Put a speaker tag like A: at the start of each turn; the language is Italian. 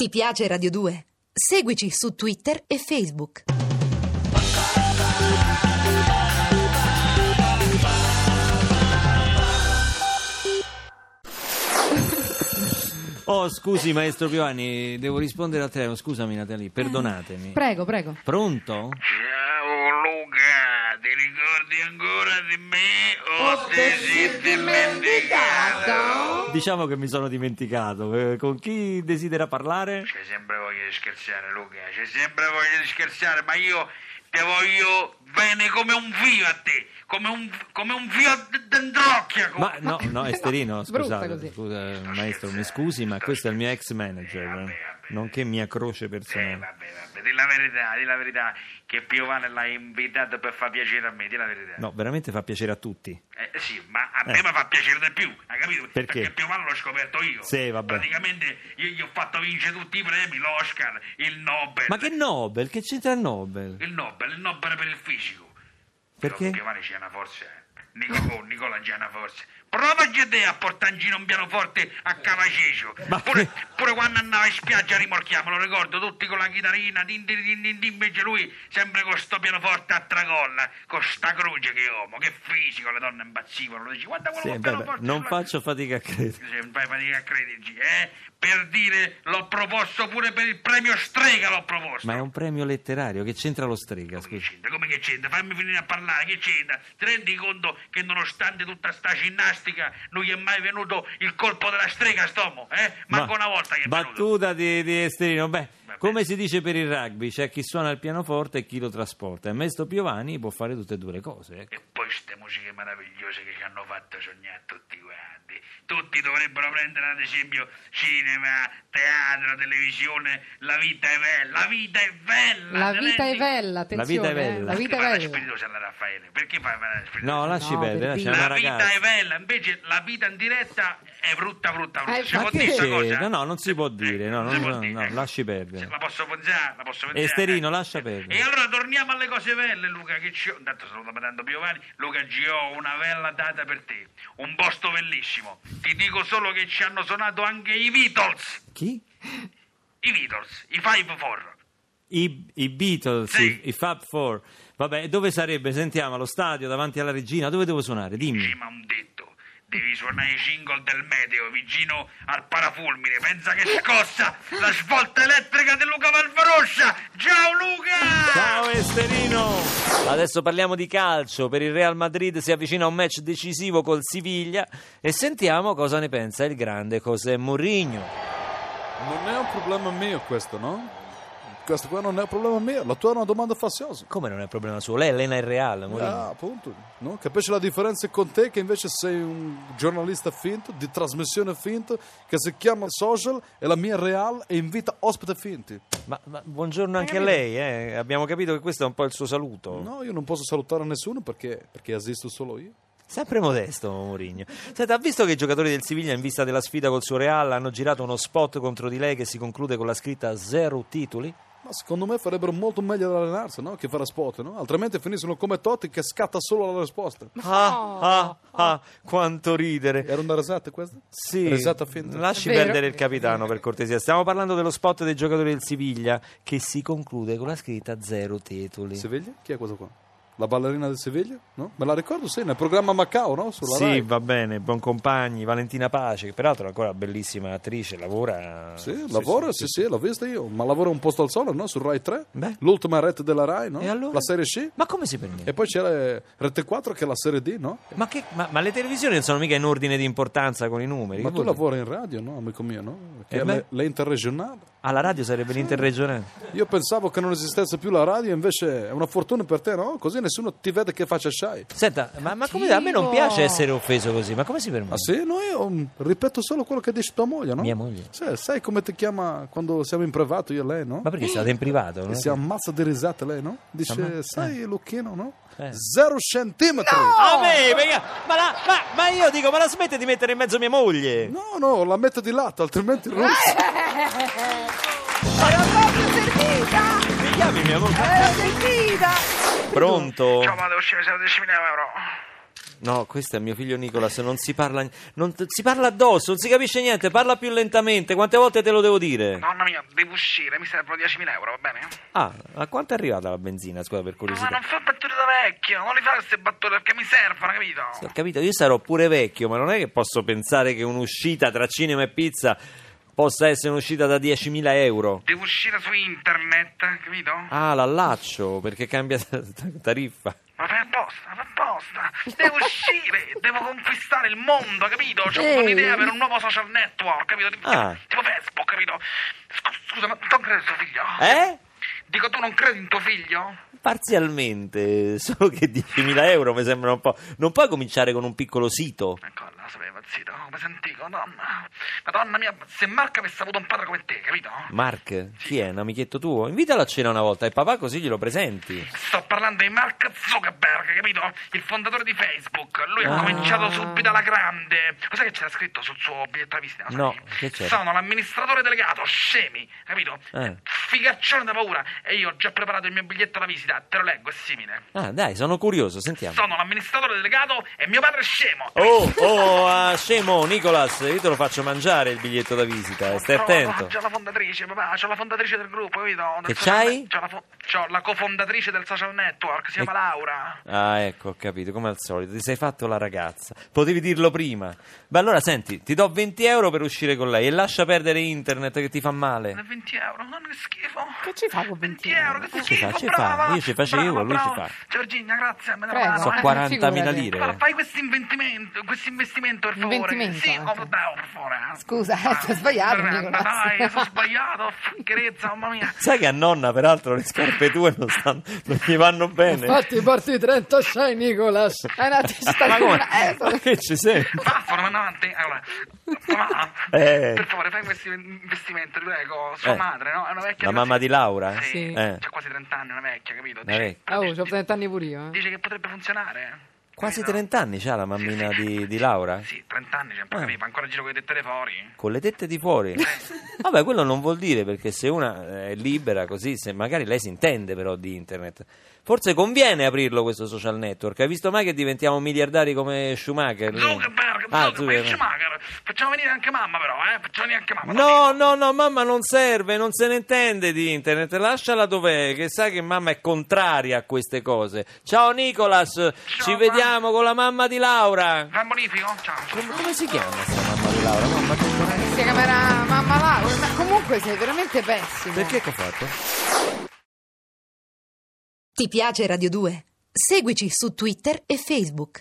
A: Ti piace Radio 2? Seguici su Twitter e Facebook.
B: Oh, scusi, maestro Piovanni, devo rispondere al telefono. Scusami, Natalie, perdonatemi.
C: Prego, prego.
B: Pronto?
D: Ciao Luca, ti ricordi ancora di me o ti sei dimenticato?
B: Diciamo che mi sono dimenticato. Eh, Con chi desidera parlare?
D: C'è sempre voglia di scherzare Luca, c'è sempre voglia di scherzare, ma io ti voglio bene come un fio a te, come un, come un fio d- d'androcchia. come-
B: Ma no, no, Esterino,
C: brutta
B: scusate,
C: così.
B: scusa, maestro, mi scusi, ma questo è il mio ex manager, nonché mia croce
D: Eh,
B: personale.
D: vabbè, vabbè, di la verità, di la verità, che Piovane l'ha invitato per far piacere a me, di la verità.
B: No, veramente fa piacere a tutti.
D: Eh, sì, ma a
B: Eh.
D: me mi fa piacere di più, hai capito?
B: Perché?
D: più male l'ho scoperto io.
B: Sì, vabbè.
D: Praticamente io gli ho fatto vincere tutti i premi, l'Oscar, il Nobel.
B: Ma che Nobel? Che c'entra il Nobel?
D: Il Nobel, il Nobel per il fisico.
B: Perché?
D: Però Piovani c'è una forza, eh. Nicolò, Nicola c'è una forza. Provaci te a portare in giro un pianoforte a Cavacecio.
B: Ma-
D: Pure, pure quando andava in spiaggia rimorchiamo, lo ricordo, tutti con la chitarrina, din din din din, din, invece lui sempre con sto pianoforte a tracolla, con sta croce che uomo, che fisico, le donne impazzivano, lo dici, guarda quello
B: Sì,
D: col
B: vabbè,
D: pianoforte.
B: non
D: là."
B: faccio fatica a credere.
D: Se fai fatica a crederci, eh? Per dire, l'ho proposto pure per il premio Strega, l'ho proposto.
B: Ma è un premio letterario, che c'entra lo strega,
D: Come che
B: scusa.
D: c'entra? Come che c'entra? Fammi finire a parlare, che c'entra? Ti rendi conto che nonostante tutta sta ginnastica non gli è mai venuto il colpo della strega, stomo? Eh? Manco una volta che è venuto.
B: Battuta di, di Esterino. Beh,
D: Vabbè.
B: come si dice per il rugby, c'è chi suona il pianoforte e chi lo trasporta. E Mesto Piovani può fare tutte e due le cose. ecco.
D: E poi ste musiche meravigliose che ci hanno fatto sognare tutti quanti. Tutti dovrebbero prendere ad esempio cinema, teatro, televisione, la vita è bella, la vita è bella!
C: La
D: te
C: vita è
D: rendi-
C: bella, attenzione.
B: La vita è
C: eh,
B: bella.
C: La vita
D: Perché
C: è
D: fai la
C: bella.
D: spiritosa alla Raffaele? Perché fai la spiritosa?
B: No, lasci
C: No,
B: perdere,
C: per
B: c'è
C: dire.
B: una
D: La vita
B: ragazza.
D: è bella, invece la vita in diretta è brutta, brutta, brutta.
C: Eh,
D: Si
C: ma
D: può
C: che-
D: dire sta cosa?
B: No, no, non si può
D: Eh,
B: dire, no,
D: non si
B: no,
D: può
B: no,
D: dire,
B: no,
D: ecco.
B: lasci
D: Se
B: perdere.
D: La posso pensare, la posso pensare.
B: Esterino,
D: eh.
B: lascia perdere.
D: E allora torniamo alle cose belle, Luca, che ci ho... Intanto sto parlando Piovani. Luca Gio, una bella data per te. Un posto bellissimo. Ti dico solo che ci hanno suonato anche i Beatles.
B: Chi?
D: I Beatles, i Five Four.
B: I, i Beatles,
D: Sì.
B: i, i Fab Four. Vabbè, e dove sarebbe? Sentiamo, allo stadio, davanti alla regina, dove devo suonare? Dimmi.
D: Cima a un detto. Devi suonare i jingle del meteo vicino al parafulmine. Pensa che scossa la svolta elettrica di Luca Valvaroscia. Ciao Luca!
B: Ciao Esterino! Adesso parliamo di calcio. Per il Real Madrid si avvicina un match decisivo col Siviglia e sentiamo cosa ne pensa il grande José Mourinho.
E: Non è un problema mio questo, no? Questo qua non è un problema mio, la tua è una domanda faziosa.
B: Come non è problema suo? Lei allena il Real, Mourinho.
E: Ah, appunto, no? Capisci la differenza con te che invece sei un giornalista finto, di trasmissione finta, che si chiama social e la mia real e invita ospiti finti.
B: Ma, ma buongiorno anche a lei, eh. abbiamo capito che questo è un po' il suo saluto.
E: No, io non posso salutare nessuno perché, perché esisto solo io.
B: Sempre modesto Mourinho. Senta, ha visto che i giocatori del Siviglia in vista della sfida col suo Real hanno girato uno spot contro di lei che si conclude con la scritta zero titoli?
E: Ma secondo me farebbero molto meglio ad allenarsi, no? Che fare sport, no? Altrimenti finiscono come Totti che scatta solo la risposta.
B: Ah, ah, ah, quanto ridere.
E: Era una risata questa?
B: Sì,
E: Risata finta.
B: lasci
C: È vero.
B: perdere il capitano per cortesia. Stiamo parlando dello spot dei giocatori del Siviglia che si conclude con la scritta zero titoli.
E: Siviglia? Chi è questo qua? La ballerina del Siviglia? No? Me la ricordo, sì, nel programma Macao, no? Sulla
B: sì,
E: Rai.
B: va bene, buon compagni, Valentina Pace, che peraltro è ancora bellissima attrice, lavora...
E: Sì, lavora, sì, sì, l'ho vista io, ma lavora un posto al sole, no? Su Rai 3,
B: Beh.
E: l'ultima rete della Rai, no?
B: E allora?
E: La serie C.
B: Ma come si permette?
E: E poi c'era Rete 4 che è la serie D, no?
B: Ma, che- ma- ma le televisioni non sono mica in ordine di importanza con i numeri.
E: Ma
B: che
E: tu
B: vuol
E: lavori in radio, no, amico mio, no? Che
B: Eh
E: è
B: beh.
E: le- l'interregionale.
B: dire? Alla radio sarebbe l'interregionale.
E: Io pensavo che non esistesse più la radio, invece è una fortuna per te, no? Così nessuno ti vede che faccia shy.
B: Senta, ma, ma come a me non
C: Cattivo.
B: piace essere offeso così, ma come si permette?
E: Ah sì? No, io mm, ripeto solo quello che dice tua moglie, no?
B: Mia moglie.
E: Sì, sai come ti chiama quando siamo in privato io e lei, no?
B: Ma perché state in privato? no?
E: E si ammazza di risate lei, no? Dice,
B: Amma-
E: sai Lucchino, no?
B: Eh.
E: Zero centimetri!
B: A me, perché- ma, la- ma- ma io dico, ma la smette di mettere in mezzo mia moglie?
E: No, no, la metto di lato, altrimenti non...
A: Ma l'ho proprio sentita!
B: Mi chiami mia moglie?
A: L'ho sentita!
B: Pronto?
D: Ciao, ma devo uscire, mi servono 10.000 euro.
B: No, questo è mio figlio Nicolas, non si parla. Non si parla addosso, non si capisce niente, parla più lentamente. Quante volte te lo devo dire?
D: Nonna mia, devo uscire, mi servono 10.000 euro, va bene?
B: Ah, a quanto è arrivata la benzina? Scusa per
D: No, ma
B: curiosità.
D: non fa battute da vecchio, non li fa queste battute perché mi servono, capito?
B: Sì, Ho capito, io sarò pure vecchio, ma non è che posso pensare che un'uscita tra cinema e pizza possa essere un'uscita da 10.000 euro.
D: Devo uscire su internet, capito?
B: Ah, l'allaccio, perché cambia t- t- tariffa.
D: Ma fai apposta, fai apposta. Devo uscire, devo conquistare il mondo, capito? C'ho
A: Ehi.
D: un'idea per un nuovo social network, capito? Tipo,
B: Ah.
D: tipo Facebook, capito? Scusa, scusa, ma tu non credi in tuo figlio?
B: Eh?
D: Dico, tu non credi in tuo figlio?
B: Parzialmente, solo che 10.000 euro mi sembra un po'. Non puoi cominciare con un piccolo sito.
D: Ecco, la sarei impazzito, come sentivo, donna. Madonna mia, se Marco avesse avuto un padre come te, capito?
B: Mark, chi è? Un amichetto tuo? Invitalo a cena una volta e papà così glielo presenti.
D: Sto parlando di Mark Zuckerberg, capito? Il fondatore di Facebook. Lui ha
B: Ah.
D: cominciato subito alla grande. Cos'è che c'era scritto sul suo biglietto da visita?
B: No,
D: Sai?
B: che c'era?
D: Sono l'amministratore delegato, scemi, capito?
B: Eh.
D: Figaccione da paura. E io ho già preparato il mio biglietto da visita, te lo leggo, è simile.
B: Ah, dai, sono curioso, sentiamo.
D: Sono l'amministratore delegato e mio padre è scemo.
B: Oh, oh, ah, scemo, Nicolas, io te lo faccio mangiare il biglietto da visita, eh, stai
D: Ho
B: attento.
D: C'ho la fondatrice, papà, c'ho la fondatrice del gruppo, capito? Del
B: Che
D: social
B: c'hai?
D: net- C'ho la, fo- c'ho la cofondatrice del social network, si chiama
B: E-
D: Laura.
B: Ah, ecco, ho capito, come al solito, ti sei fatto la ragazza. Potevi dirlo prima. Beh, allora senti, ti do 20 euro per uscire con lei e lascia perdere internet che ti fa male.
D: 20 euro, non che schifo.
C: Che ci fa con
D: 20
C: 20
D: euro,
C: euro?
D: che
B: Ci fa,
D: schifo,
B: ci fa.
D: brava.
B: Io ci facevo,
D: brava,
B: lui ci
D: brava.
B: fa.
D: Giorgina, grazie, me ne
C: Prego.
D: vado,
B: So
D: eh.
C: qua-
B: 40.000
C: figurati.
D: Guarda,
B: lire.
D: Fai questo investimento, questo investimento per favore.
C: Investimento
D: Sì,
C: anche.
D: oh, bravo, per favore. eh.
C: Scusa, eh,
D: Ah,
C: ti ho sbagliato,
D: ma
C: Nicolas.
D: Dai, sono sbagliato, figherezza, mamma mia.
B: Sai che a nonna, peraltro, le scarpe tue non, stanno, non gli vanno bene.
F: Infatti porti 36 Nicolas.
C: Eh no, ti sta
B: Ma
C: con
B: come?
C: una... eh,
B: Ma
C: sono-
B: che ci sei?
D: Vaffanculo, ma avanti. Allora, mamma,
B: Eh.
D: per favore, fai questo investimento, ti prego. Sua
B: Eh.
D: madre, no? È una vecchia.
B: La mamma di Laura? eh?
D: Sì.
C: Sì.
B: Eh.
D: C'ha quasi 30 anni, una vecchia, capito?
B: Una vecchia.
C: Ah, oh, c'ho 30 anni pure io. eh.
D: Dice che potrebbe funzionare.
B: Quasi
D: capito?
B: 30 anni c'ha la mammina
D: Sì, sì.
B: di, di Laura?
D: Eh,
B: Eh.
D: Sì, 30 anni, c'è un po' capito, fa ancora giro con i tette fuori.
B: Con le tette di fuori?
D: Eh.
B: Vabbè, quello non vuol dire perché se una eh, è libera così, se magari lei si intende però di internet, forse conviene aprirlo questo social network. Hai visto mai che diventiamo miliardari come Schumacher? no?
D: Zuckerberg,
B: Ah,
D: Zuckerberg, Schumacher. Facciamo venire anche mamma però, eh? Facciamo venire anche mamma.
B: No, no, no, mamma non serve, non se ne intende di internet, lasciala dov'è, che sai che mamma è contraria a queste cose. Ciao Nicolas, ci
D: ma-
B: vediamo con la mamma di Laura.
D: Fa un bonifico? Ciao.
B: Come, come si chiama questa mamma di Laura? Mamma, che-
C: Si chiamerà Mamma Laura, ma comunque sei veramente pessimo.
B: perché che ho fatto?
A: Ti piace Radio 2? Seguici su Twitter e Facebook.